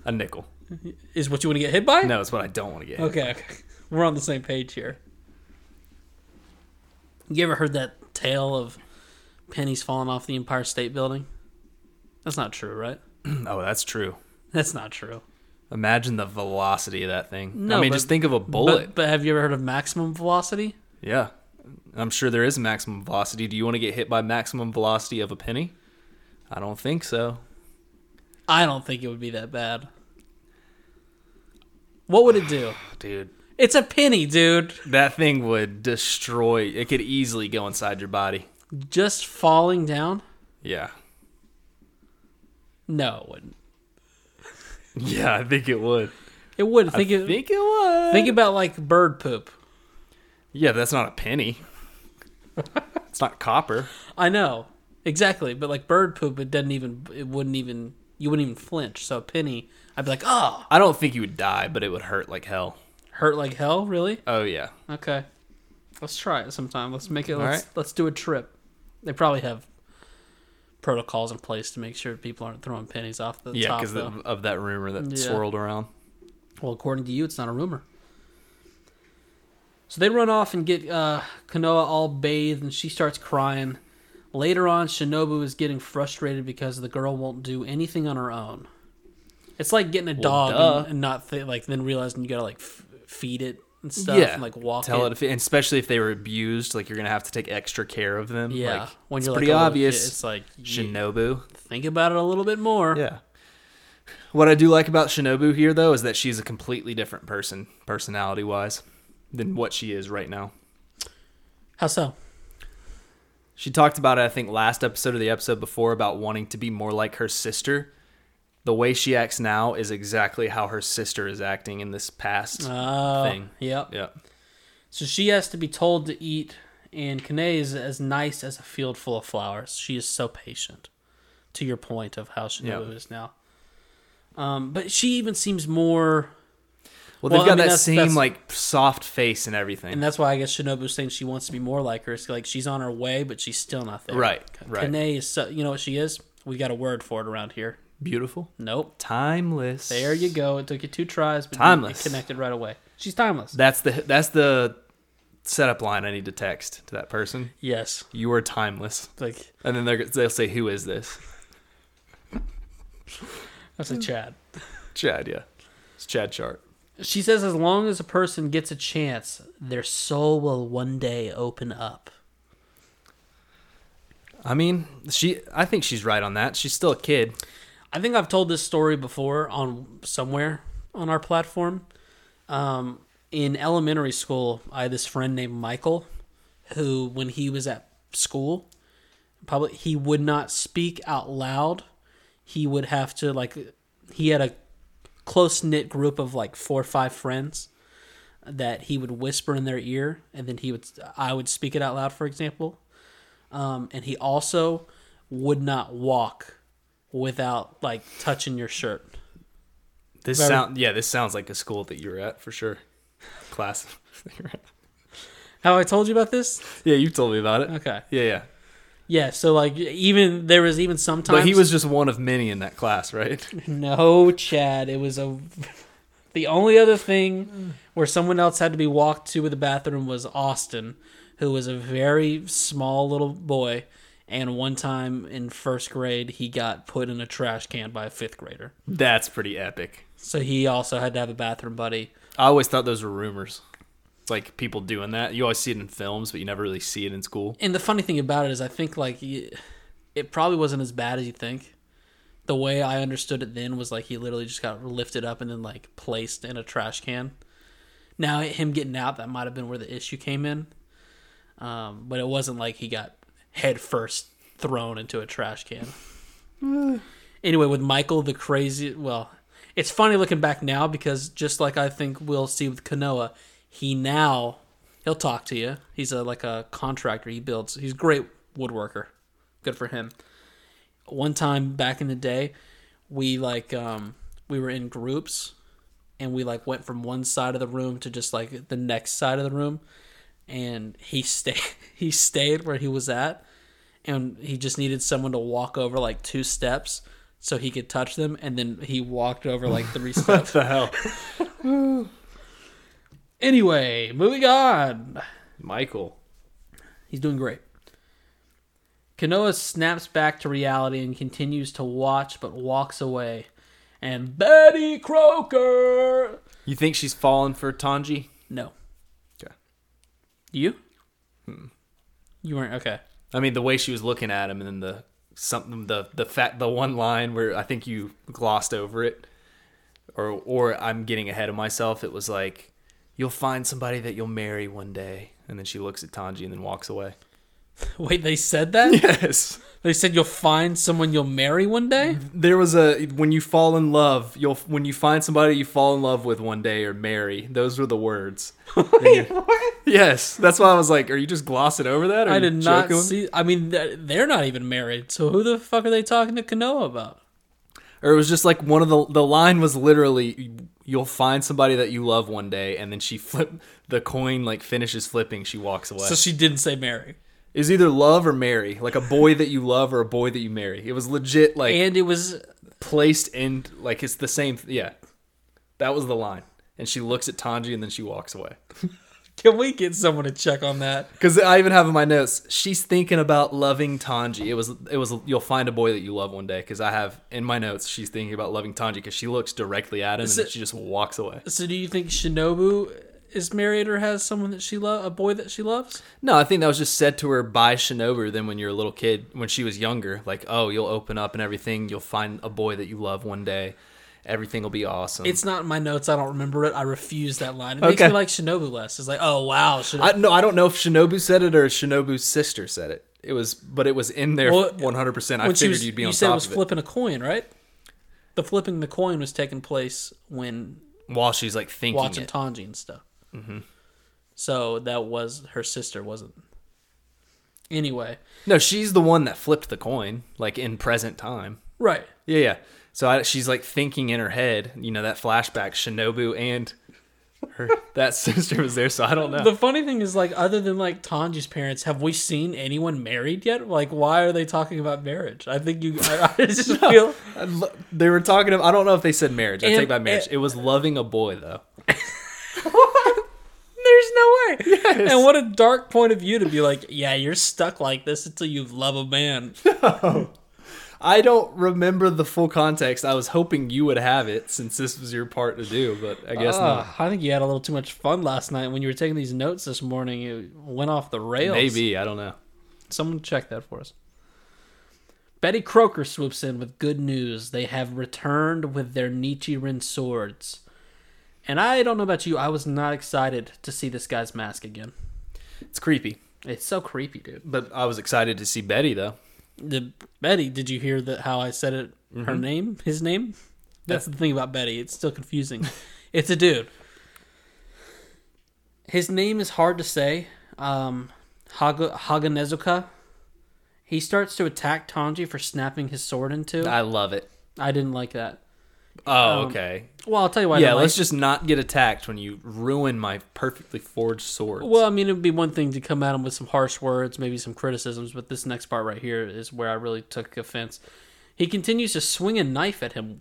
B: a nickel.
A: Is what you want to get hit by?
B: No, it's what I don't want to get. hit
A: Okay, okay. We're on the same page here. You ever heard that tale of pennies falling off the Empire State Building? That's not true, right?
B: Oh, that's true.
A: That's not true.
B: Imagine the velocity of that thing.
A: No,
B: I mean,
A: but-
B: just think of a bullet.
A: But, but have you ever heard of maximum velocity?
B: yeah. I'm sure there is maximum velocity. Do you want to get hit by maximum velocity of a penny? I don't think so.
A: I don't think it would be that bad. What would it do?
B: Dude,
A: It's a penny, dude.
B: that thing would destroy. It could easily go inside your body.
A: Just falling down?
B: Yeah.
A: No, it wouldn't.
B: Yeah, I think it would.
A: It wouldn't. Think, it,
B: think it would.
A: think about like bird poop.
B: yeah, that's not a penny. it's not copper.
A: I know exactly, but like bird poop, it doesn't even. It wouldn't even. You wouldn't even flinch. So a penny, I'd be like, oh,
B: I don't think you would die, but it would hurt like hell.
A: hurt like hell, really?
B: Oh, yeah.
A: Okay, let's try it sometime. Let's make it.
B: All
A: Let's,
B: right.
A: let's do a trip. They probably have protocols in place to make sure people aren't throwing pennies off the
B: Yeah,
A: top.
B: because
A: Though.
B: of, of that rumor that
A: Yeah.
B: swirled around.
A: Well, according to you, it's not a rumor. So they run off and get uh, Kanoa all bathed, and she starts crying. Later on, Shinobu is getting frustrated because the girl won't do anything on her own. It's like getting a
B: Well,
A: dog
B: duh.
A: and, and not th- like then realizing you gotta like f- feed it and stuff,
B: Yeah.
A: and like walk
B: Tell
A: it.
B: it, if, and especially if they were abused, like you're gonna have to take extra care of them.
A: yeah,
B: like,
A: when
B: it's
A: you're
B: pretty
A: like a little kid,
B: obvious.
A: it's like you
B: Shinobu.
A: think about it a little bit more.
B: Yeah. What I do like about Shinobu here, though, is that she's a completely different person, personality wise, than what she is right now.
A: How so?
B: She talked about it, I think, last episode or the episode before about wanting to be more like her sister. The way she acts now is exactly how her sister is acting in this past
A: Oh,
B: thing.
A: Yep.
B: Yeah.
A: So she has to be told to eat, and Kanae is as nice as a field full of flowers. She is so patient. To your point of how Shinobu
B: Yeah.
A: is now, um, but she even seems more,
B: Well,
A: Well,
B: they've
A: I
B: got
A: mean,
B: that
A: that's-
B: same
A: that's-
B: like soft face and everything.
A: and that's why I guess Shinobu's saying she wants to be more like her. It's like she's on her way, but she's still not there.
B: Right,
A: K-
B: right.
A: Kanae is so. You know what she is? We got a word for it around here.
B: Beautiful,
A: Nope.
B: timeless.
A: There you go. It took you two tries, but you-
B: Timeless.
A: it connected right away. She's timeless.
B: That's the that's the setup line I need to text to that person.
A: yes.
B: You are timeless.
A: Like
B: And then they're, they'll say, "Who is this?"
A: that's like Chad.
B: Chad. Yeah, it's Chad Sharp.
A: She says, as long as a person gets a chance, their soul will one day open up.
B: I mean, she. I think she's right on that. She's still a kid.
A: I think I've told this story before on somewhere on our platform. Um, in elementary school, I had this friend named Michael who, when he was at school, public, he would not speak out loud. He would have to, like, he had a close knit group of like four or five friends that he would whisper in their ear and then he would i would speak it out loud for example um, and he also would not walk without like touching your shirt
B: This
A: Very-
B: sound. Yeah, this sounds like a school that you were at for sure. Class.
A: how i told you about this
B: yeah, you told me about it.
A: okay
B: Yeah, yeah.
A: yeah so like even there was even sometimes
B: But he was just one of many in that class, right?
A: no chad it was a the only other thing where someone else had to be walked to the bathroom was austin who was a very small little boy and one time in first grade he got put in a trash can by a fifth grader
B: That's pretty epic.
A: so he also had to have a bathroom buddy
B: I always thought those were rumors. It's like people doing that. You always see it in films, but you never really see it in school.
A: and the funny thing about it is i think like y- it probably wasn't as bad as you think the way i understood it then was like he literally just got lifted up and then like placed in a trash can now him getting out that might have been where the issue came in um, but it wasn't like he got head first thrown into a trash can anyway with michael the crazy well it's funny looking back now because just like i think we'll see with kanoa he now he'll talk to you he's a like a contractor he builds he's a great woodworker good for him one time back in the day we like um we were in groups and we like went from one side of the room to just like the next side of the room and he stayed he stayed where he was at and he just needed someone to walk over like two steps so he could touch them and then he walked over like three steps
B: the hell?
A: anyway moving on
B: Michael.
A: He's doing great. Kanoa snaps back to reality and continues to watch but walks away. And Betty Croker!
B: You think she's falling for Tanji?
A: No.
B: Okay.
A: You?
B: Hmm.
A: You weren't. Okay.
B: I mean, the way she was looking at him, and then the something the the fact the one line where I think you glossed over it, or or I'm getting ahead of myself. It was like, you'll find somebody that you'll marry one day, and then she looks at Tanji and then walks away.
A: Wait, they said that?
B: Yes,
A: They said you'll find someone you'll marry one day?
B: there was a when you fall in love, you'll when you find somebody you fall in love with one day or marry. Those were the words.
A: Wait, what?
B: Yes, that's why I was like, are you just glossing over that? Or
A: I
B: you
A: did not
B: joking with me?
A: see. I mean, they're they're not even married, so who the fuck are they talking to Kanoa about?
B: or it was just like one of the the line was literally you'll find somebody that you love one day and then she flip the coin like finishes flipping she walks away
A: So she didn't say marry.
B: it was either love or marry like a boy that you love or a boy that you marry it was legit like
A: And it was
B: placed in like it's the same yeah that was the line and she looks at tanji and then she walks away
A: Can we get someone to check on that?
B: because i even have in my notes she's thinking about loving tanji it was it was you'll find a boy that you love one day because i have in my notes she's thinking about loving tanji because she looks directly at him and then she just walks away
A: So do you think Shinobu is married or has someone that she love a boy that she loves?
B: No, I think that was just said to her by Shinobu then when you're a little kid, when she was younger. Like, oh, you'll open up and everything. You'll find a boy that you love one day. Everything will be awesome.
A: It's not in my notes. I don't remember it. I refuse that line. It makes
B: Okay.
A: me like Shinobu less. It's like, oh wow, Shinobu.
B: I, no, I don't know if Shinobu said it or Shinobu's sister said it. It was, but it was in there
A: Well,
B: 100%. I
A: when she
B: figured
A: was,
B: you'd be
A: you
B: on
A: said
B: top
A: it was
B: of it.
A: flipping a coin, right? The flipping the coin was taking place when
B: While she's like thinking
A: watching
B: it.
A: Tanji and stuff.
B: Mm-hmm.
A: So that was her sister, wasn't? Anyway,
B: no, she's the one that flipped the coin, like in present time.
A: right?
B: Yeah, yeah. So I, she's like thinking in her head, you know, that flashback, Shinobu and her that sister was there. So I don't know.
A: The funny thing is, like, other than like Tanji's parents, have we seen anyone married yet? Like, why are they talking about marriage? I think you. I, I just feel
B: I lo- they were talking. Of, I don't know if they said marriage. I
A: And- uh,
B: take back marriage. It was loving a boy though.
A: there's no way. And what a dark point of view to be like, yeah, you're stuck like this until you love a man.
B: I don't remember the full context. I was hoping you would have it since this was your part to do, but I guess not.
A: Ah, I think you had a little too much fun last night when you were taking these notes this morning. It went off the rails.
B: Maybe I don't know.
A: Someone check that for us. Betty Croker swoops in with good news. They have returned with their Nichiren swords. And I don't know about you, I was not excited to see this guy's mask again.
B: It's creepy,
A: It's so creepy, dude.
B: but I was excited to see Betty though.
A: The, Betty, did you hear that how I said it?
B: Mm-hmm.
A: Her name, his name. That's the thing about Betty. It's still confusing. it's a dude. His name is hard to say. Um, Haga, Haganezuka. He starts to attack Tanji for snapping his sword in two. I,
B: I love it.
A: didn't like that. Um,
B: Oh, okay.
A: Well, I'll tell you why. I
B: Yeah,
A: didn't
B: let's
A: like-
B: just not get attacked when you ruin my perfectly forged sword.
A: Well, I mean, it would be one thing to come at him with some harsh words, maybe some criticisms, but this next part right here is where I really took offense. He continues to swing a knife at him.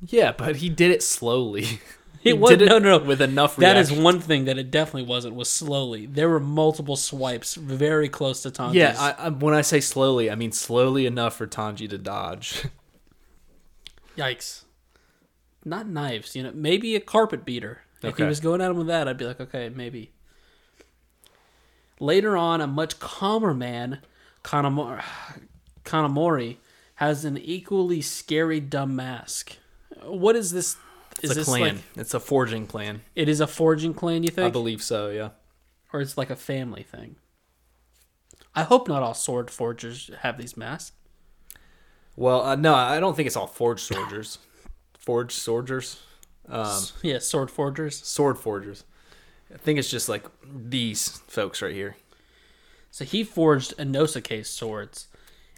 B: yeah, but he did it slowly.
A: He was-
B: did it
A: no, no, no.
B: with enough.
A: That is
B: reaction.
A: one thing that it definitely wasn't. Was slowly. There were multiple swipes very close to Tanji's.
B: Yeah, I, I, when I say slowly, I mean slowly enough for Tanji to dodge.
A: yikes. Not knives, you know. Maybe a carpet beater. If he
B: Okay.
A: was going at him with that, I'd be like, okay, maybe. Later on, a much calmer man, Kanamori, Kanamori has an equally scary dumb mask. What is this? Is
B: It's a
A: this
B: clan.
A: like
B: it's a forging clan.
A: it is a forging clan? You
B: I
A: think?
B: believe so. Yeah.
A: or it's like a family thing. I hope not all sword forgers have these masks.
B: Well, uh, no, I don't think it's all forged soldiers. forged soldiers, um,
A: yeah, sword forgers.
B: sword forgers. I think it's just like these folks right here.
A: So he forged Inosuke's swords,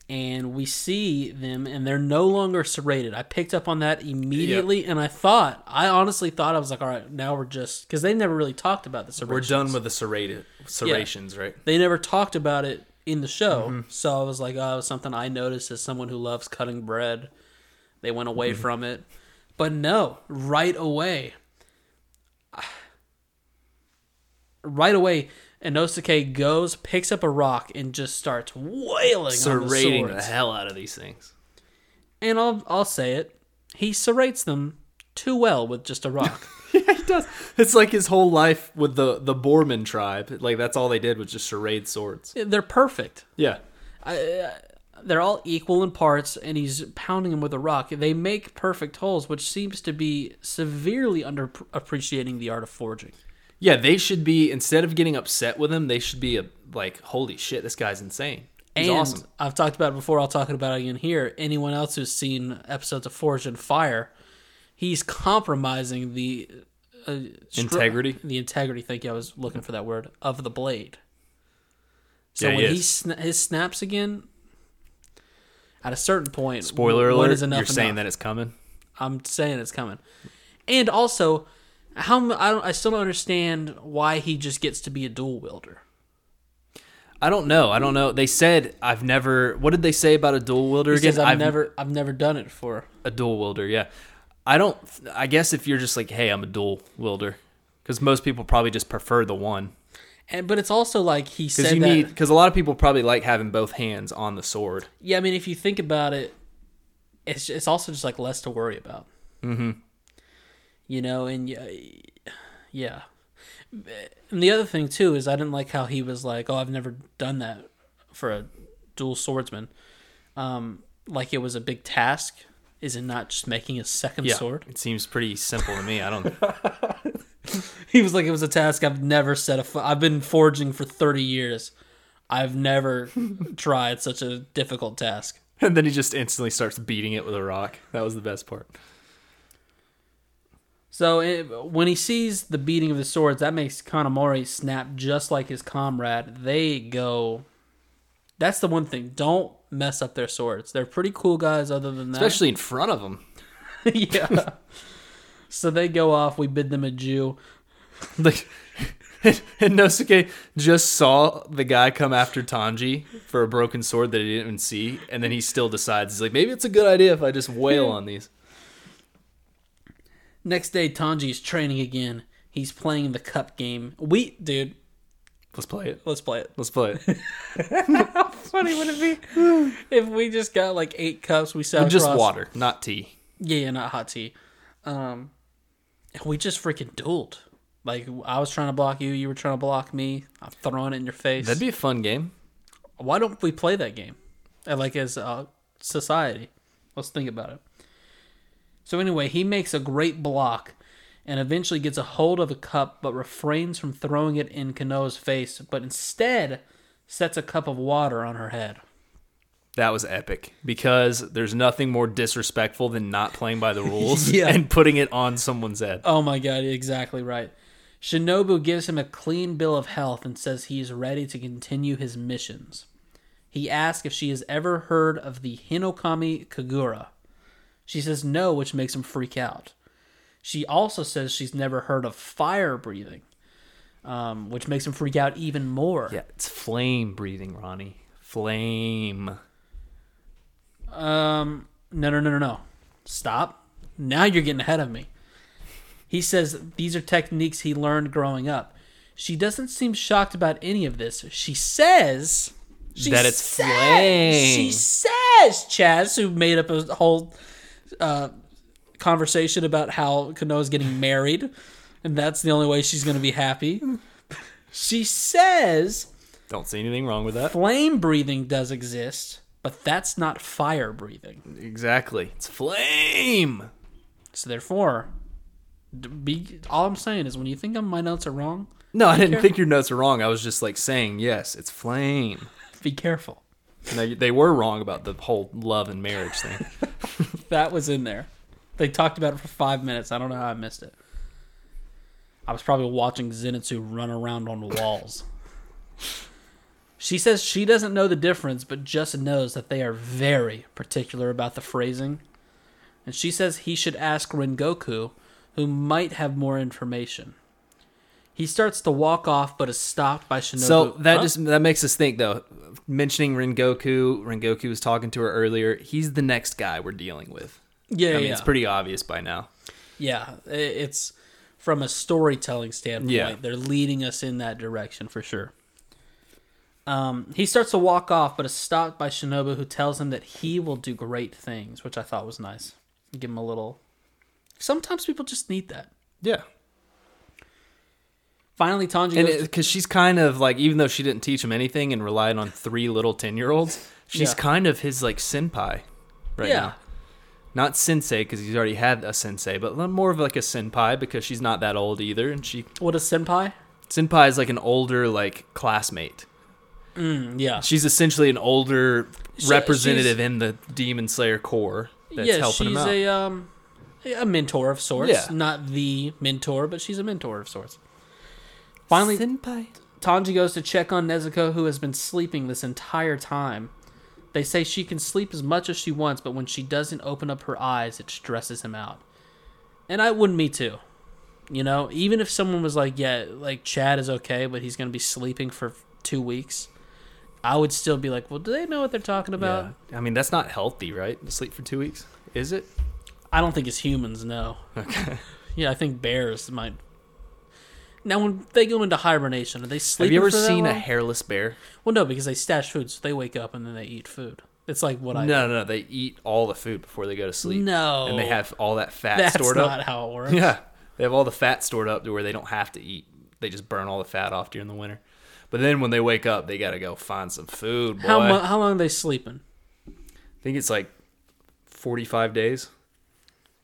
A: and we see them, and they're no longer serrated. I picked up on that immediately, and I thought, I honestly thought I was like, all right, now we're just because they never really talked about the
B: We're
A: serrations.
B: done with the serrated serrations, right?
A: They never talked about it in the show,
B: Mm-hmm.
A: so I was like, oh, it was something I noticed as someone who loves cutting bread. They went away
B: Mm-hmm.
A: from it, but no, right away right away, Inosuke goes, picks up a rock, and just starts wailing
B: Serrating
A: on
B: the,
A: the swords.
B: hell out of these things.
A: And I'll I'll say it, he serrates them too well with just a rock.
B: yeah, he does. It's like his whole life with the the Borman tribe. Like that's all they did was just serrate swords.
A: They're perfect.
B: Yeah.
A: They're all equal in parts, and he's pounding them with a rock. They make perfect holes, which seems to be severely under appreciating the art of forging.
B: Yeah, they should be instead of getting upset with him, they should be a, like, holy shit, this guy's insane. He's
A: and
B: awesome.
A: I've talked about it before. I'll talk about it again here. Anyone else who's seen episodes of Forge and Fire, he's compromising the uh, stru-
B: Integrity?
A: The integrity. Thank you. I was looking for that word of the blade. So
B: Yeah, he
A: when he
B: is.
A: sna- his snaps again, at a certain point,
B: Spoiler
A: when
B: alert,
A: is enough
B: you're saying
A: enough?
B: that it's coming.
A: I'm saying it's coming. And also, how m- I don't I still don't understand why he just gets to be a dual wielder.
B: I don't know. I don't know. They said I've never. What did they say about a dual wielder again?
A: Because I've, never I've never done it before.
B: a dual wielder. Yeah, I don't. I guess if you're just like, hey, I'm a dual wielder, because most people probably just prefer the one.
A: And but it's also like he
B: Because
A: said
B: you
A: that.
B: need. Because a lot of people probably like having both hands on the sword.
A: yeah, I mean, if you think about it, it's it's also just like less to worry about. Mm-hmm. You know, and yeah, yeah. And the other thing too is I didn't like how he was like, "Oh, I've never done that for a dual swordsman." Um, like it was a big task. Is it not just making a second
B: Yeah,
A: sword?
B: it seems pretty simple to me. I don't.
A: He was like, "It was a task I've never set a. Fo- I've been forging for thirty years. I've never tried such a difficult task."
B: and then he just instantly starts beating it with a rock. That was the best part.
A: So it, when he sees the beating of the swords, that makes Kanamori snap just like his comrade. They go. That's the one thing. Don't mess up their swords. They're pretty cool guys. Other than that,
B: Especially in front of him.
A: yeah. So they go off. We bid them adieu.
B: Like, and Nosuke just saw the guy come after Tanji for a broken sword that he didn't even see, and then he still decides he's like, maybe it's a good idea if I just wail on these.
A: Next day, Tanji's training again. He's playing the cup game. We, dude,
B: Let's play it.
A: let's play it.
B: Let's play it.
A: Funny would it be if we just got like eight cups? We sat
B: just
A: across-
B: water, not tea.
A: Yeah, yeah, not hot tea. Um, we just freaking dueled. Like I was trying to block you, you were trying to block me. I'm throwing it in your face.
B: That'd be a fun game.
A: Why don't we play that game? Uh, Like as a society, let's think about it. So anyway, he makes a great block, and eventually gets a hold of a cup, but refrains from throwing it in Kano's face, but instead sets a cup of water on her head.
B: That was epic because there's nothing more disrespectful than not playing by the rules
A: Yeah.
B: and putting it on someone's head.
A: Oh my god, exactly right. Shinobu gives him a clean bill of health and says he is ready to continue his missions. He asks if she has ever heard of the Hinokami Kagura. She says no, which makes him freak out. She also says she's never heard of fire breathing, um, which makes him freak out even more.
B: Yeah, it's flame breathing, Ronnie. Flame.
A: Um, no, no, no, no, no. Stop. Now you're getting ahead of me. He says these are techniques he learned growing up. She doesn't seem shocked about any of this. She says she
B: That it's
A: says-
B: flame.
A: She says Chaz, who made up a whole uh, conversation about how Kanoa's getting married, and that's the only way she's going to be happy. She says
B: Don't see anything wrong with that.
A: flame breathing does exist, but that's not fire breathing.
B: Exactly. It's flame.
A: So therefore, d- be all I'm saying is when you think my notes are wrong,
B: No, I didn't think your notes were wrong. I was just like saying, yes, it's flame.
A: be careful.
B: And they, they were wrong about the whole love and marriage thing.
A: That was in there. They talked about it for five minutes. I don't know how I missed it. I was probably watching Zenitsu run around on walls. she says she doesn't know the difference, but just knows that they are very particular about the phrasing. And she says he should ask Rengoku, who might have more information. He starts to walk off, but is stopped by Shinobu.
B: So that
A: Huh?
B: just that makes us think though. Mentioning Rengoku, Rengoku was talking to her earlier. He's the next guy we're dealing with.
A: Yeah,
B: I mean,
A: yeah.
B: it's pretty obvious by now.
A: Yeah, i- it's from a storytelling standpoint.
B: Yeah.
A: They're leading us in that direction for sure. Um, he starts to walk off, but is stopped by Shinobu, who tells him that he will do great things, which I thought was nice. Give him a little. Sometimes people just need that.
B: Yeah.
A: Finally, Tanji.
B: And
A: goes
B: because she's kind of like, even though she didn't teach him anything and relied on three little 10 year olds, she's
A: Yeah.
B: kind of his like senpai right
A: Yeah.
B: now. Not sensei because he's already had a sensei, but more of like a senpai because she's not that old either. And she,
A: to, what is senpai?
B: senpai is like an older like classmate.
A: Yeah,
B: She's essentially an older
A: She-
B: representative in the Demon Slayer Corps that's
A: yeah.
B: helping
A: she's
B: him out.
A: a um, a mentor of sorts.
B: Yeah.
A: Not the mentor, but she's a mentor of sorts. Finally,
B: senpai.
A: Tanji goes to check on Nezuko, who has been sleeping this entire time. They say she can sleep as much as she wants, but when she doesn't open up her eyes, it stresses him out. And I wouldn't, me too. You know, even if someone was like, yeah, like Chad is okay, but he's going to be sleeping for two weeks, I would still be like, well, do they know what they're talking about?
B: Yeah. I mean, that's not healthy, right? To sleep for two weeks. Is it?
A: I don't think it's humans, no.
B: Okay.
A: Yeah, I think bears might. Now, when they go into hibernation, are they
B: Have
A: sleeping?
B: you ever
A: for that
B: seen a
A: long?
B: hairless bear?
A: Well, no, because they stash food, so they wake up and then they eat food. It's like what I
B: No, no, no. They eat all the food before they go to sleep.
A: No.
B: And they have all that fat
A: That's
B: stored
A: not
B: up.
A: how it works.
B: Yeah. They have all the fat stored up to where they don't have to eat They just burn all the fat off during the winter. But then when they wake up, they gotta go find some food. Boy.
A: How mu- how long are they sleeping?
B: I think it's like forty-five days.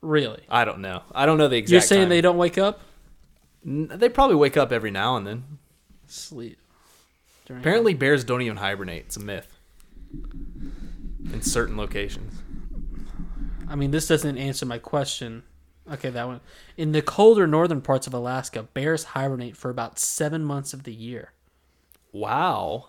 A: Really?
B: I don't know. I don't know the exact.
A: You're saying they
B: time.
A: don't wake up?
B: N- they probably wake up every now and then.
A: Sleep. During-
B: Apparently, bears don't even hibernate. It's a myth. In certain locations,
A: I mean, this doesn't answer my question. Okay, that one. In the colder northern parts of Alaska, bears hibernate for about seven months of the year.
B: wow.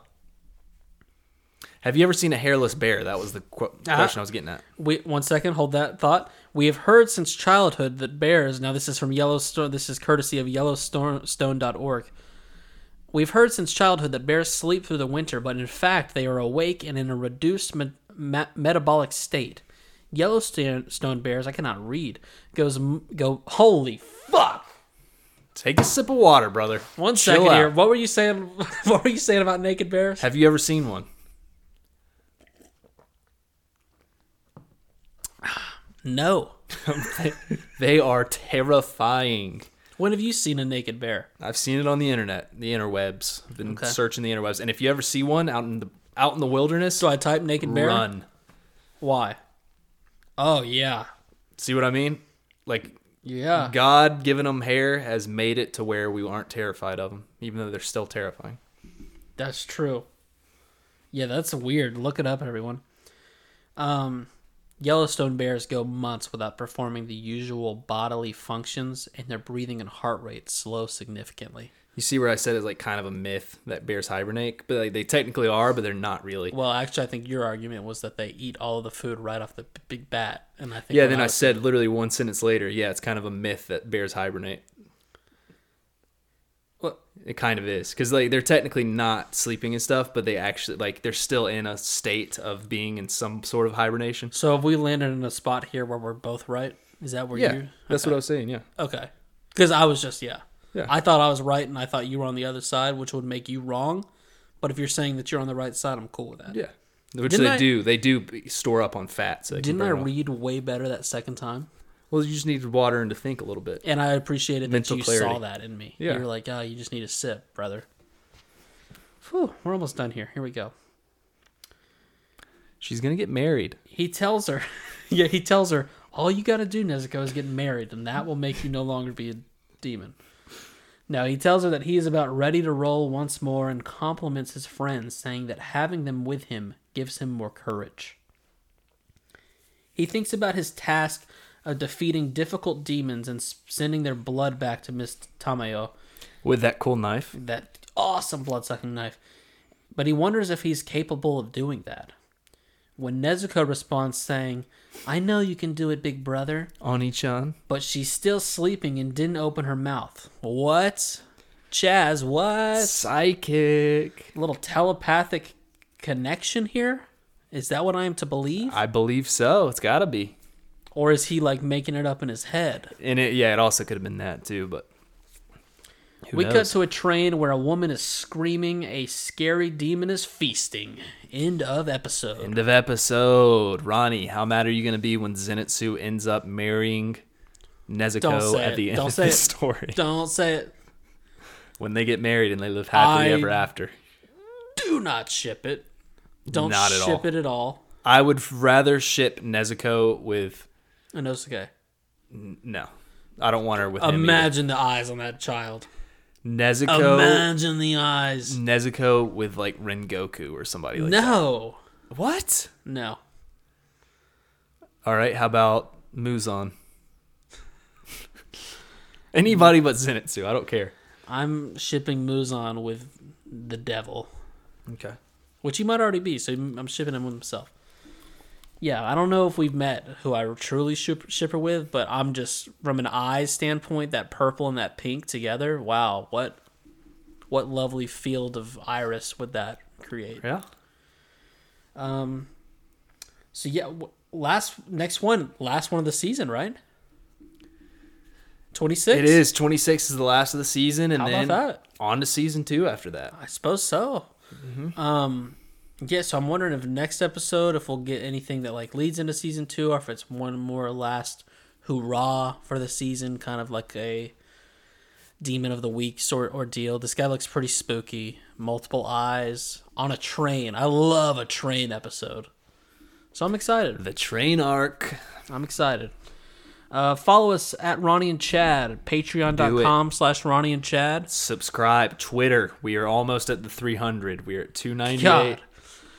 B: Have you ever seen a hairless bear? That was the qu-
A: Uh-huh.
B: question I was getting at.
A: Wait one second, hold that thought. We have heard since childhood that bears, now this is from Yellowstone, this is courtesy of Yellowstone.org. We've heard since childhood that bears sleep through the winter, but in fact, they are awake and in a reduced me- ma- metabolic state. Yellowstone bears, I cannot read, goes, m- go, holy fuck!
B: Take a sip of water, brother.
A: One
B: Chill
A: second
B: out.
A: here. What were you saying? What were you saying about naked bears?
B: Have you ever seen one?
A: No.
B: They are terrifying.
A: When have you seen a naked bear?
B: I've seen it on the internet, the interwebs. I've been
A: Okay.
B: searching the interwebs, and if you ever see one out in the out in the wilderness,
A: Do I type naked bear?
B: run.
A: Why? Oh yeah,
B: See what I mean? Like
A: yeah.
B: God giving them hair has made it to where we aren't terrified of them, even though they're still terrifying.
A: That's true. Yeah, that's weird. Look it up, everyone. Um, Yellowstone bears go months without performing the usual bodily functions, and their breathing and heart rate slow significantly.
B: You see where I said it's like kind of a myth that bears hibernate, but like, they technically are, but they're not really.
A: Well, actually, I think your argument was that they eat all of the food right off the b- big bat, and I think
B: yeah.
A: when
B: Then I
A: was-
B: said literally one sentence later, yeah, it's kind of a myth that bears hibernate.
A: Well-
B: It kind of is because like they're technically not sleeping and stuff, but they actually like they're still in a state of being in some sort of hibernation.
A: So have we landed in a spot here where we're both right? Is that where
B: Yeah,
A: you?
B: that's what I was saying. Yeah,
A: Okay. Because I was just yeah.
B: Yeah.
A: I thought I was right, and I thought you were on the other side, which would make you wrong. But if you're saying that you're on the right side, I'm cool with that.
B: yeah. Which
A: Didn't
B: they
A: I-
B: do. They do store up on fat. So they can
A: Didn't
B: burn
A: I
B: it off.
A: read way better that second time?
B: Well, you just need water and to think a little bit.
A: And I appreciated
B: Mental
A: that you
B: clarity.
A: saw that in me.
B: Yeah.
A: You were like, oh, you just need a sip, brother. Whew, we're almost done here. Here we go.
B: She's gonna get married.
A: He tells her, yeah, he tells her, all you got to do, Nezuko, is get married, and that will make you no longer be a demon. Now, he tells her that he is about ready to roll once more and compliments his friends, saying that having them with him gives him more courage. He thinks about his task of defeating difficult demons and s- sending their blood back to Miss Tamayo,
B: With that cool knife.
A: that awesome bloodsucking knife. But he wonders if he's capable of doing that. When Nezuko responds saying, I know you can do it, big brother,
B: Oni-chan.
A: but she's still sleeping and didn't open her mouth. What? Chaz, what?
B: Psychic.
A: little telepathic connection here? Is that what I am to believe?
B: I believe so. It's gotta be.
A: Or is he like making it up in his head?
B: And it yeah, it also could have been that too, but who
A: we cut
B: knows?
A: to a train where a woman is screaming, a scary demon is feasting. End of episode.
B: End of episode. Ronnie, how mad are you gonna be when Zenitsu ends up marrying
A: Don't
B: Nezuko
A: say
B: at
A: it.
B: the end
A: Don't
B: of
A: say
B: the
A: it.
B: story?
A: Don't say it.
B: When they get married and they live happily
A: I-
B: ever after.
A: do not ship it. Don't
B: Not at
A: ship
B: all.
A: it at all.
B: I would rather ship Nezuko with
A: And Osuke.
B: no. I don't want her with him. either.
A: Imagine the eyes on that child.
B: Nezuko
A: Imagine the eyes.
B: Nezuko with like Rengoku or somebody like that.
A: No.
B: What?
A: No.
B: All right, how about Muzan? Anybody but Zenitsu, I don't care.
A: I'm shipping Muzan with the devil,
B: Okay.
A: which he might already be, so I'm shipping him with himself. Yeah, I don't know if we've met who I truly ship, ship her with, but I'm just from an eyes standpoint, that purple and that pink together. Wow, what what lovely field of iris would that create?
B: Yeah.
A: Um, so yeah, w- last next one, last one of the season, right? Twenty six.
B: It is 26 is the last of the season and
A: How about
B: then
A: that?
B: on to season 2 after that.
A: I suppose so.
B: Mm-hmm.
A: Um, yeah. So I'm wondering if next episode, if we'll get anything that like leads into season two, or if it's one more last hurrah for the season, kind of like a demon of the week sort ordeal. This guy looks pretty spooky. Multiple eyes on a train. I love a train episode. So I'm excited.
B: The train arc.
A: I'm excited. Uh, follow us at Ronnie and Chad, patreon.com slash Ronnie and Chad.
B: Subscribe. Twitter. We are almost at the 300. We are at 298.
A: God.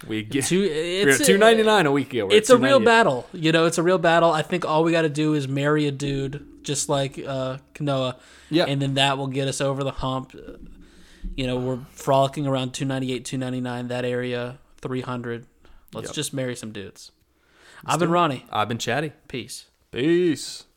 B: We get
A: Two,
B: we are at
A: it's,
B: 299 a week ago. We're at
A: it's a real
B: 298.
A: battle. You know, it's a real battle. I think all we got to do is marry a dude, just like uh, Kanoa.
B: Yeah.
A: And then that will get us over the hump. You know, we're frolicking around 298, 299, that area, 300. Let's just marry some dudes. I've been Ronnie.
B: I've been chatty.
A: Peace.
B: Peace.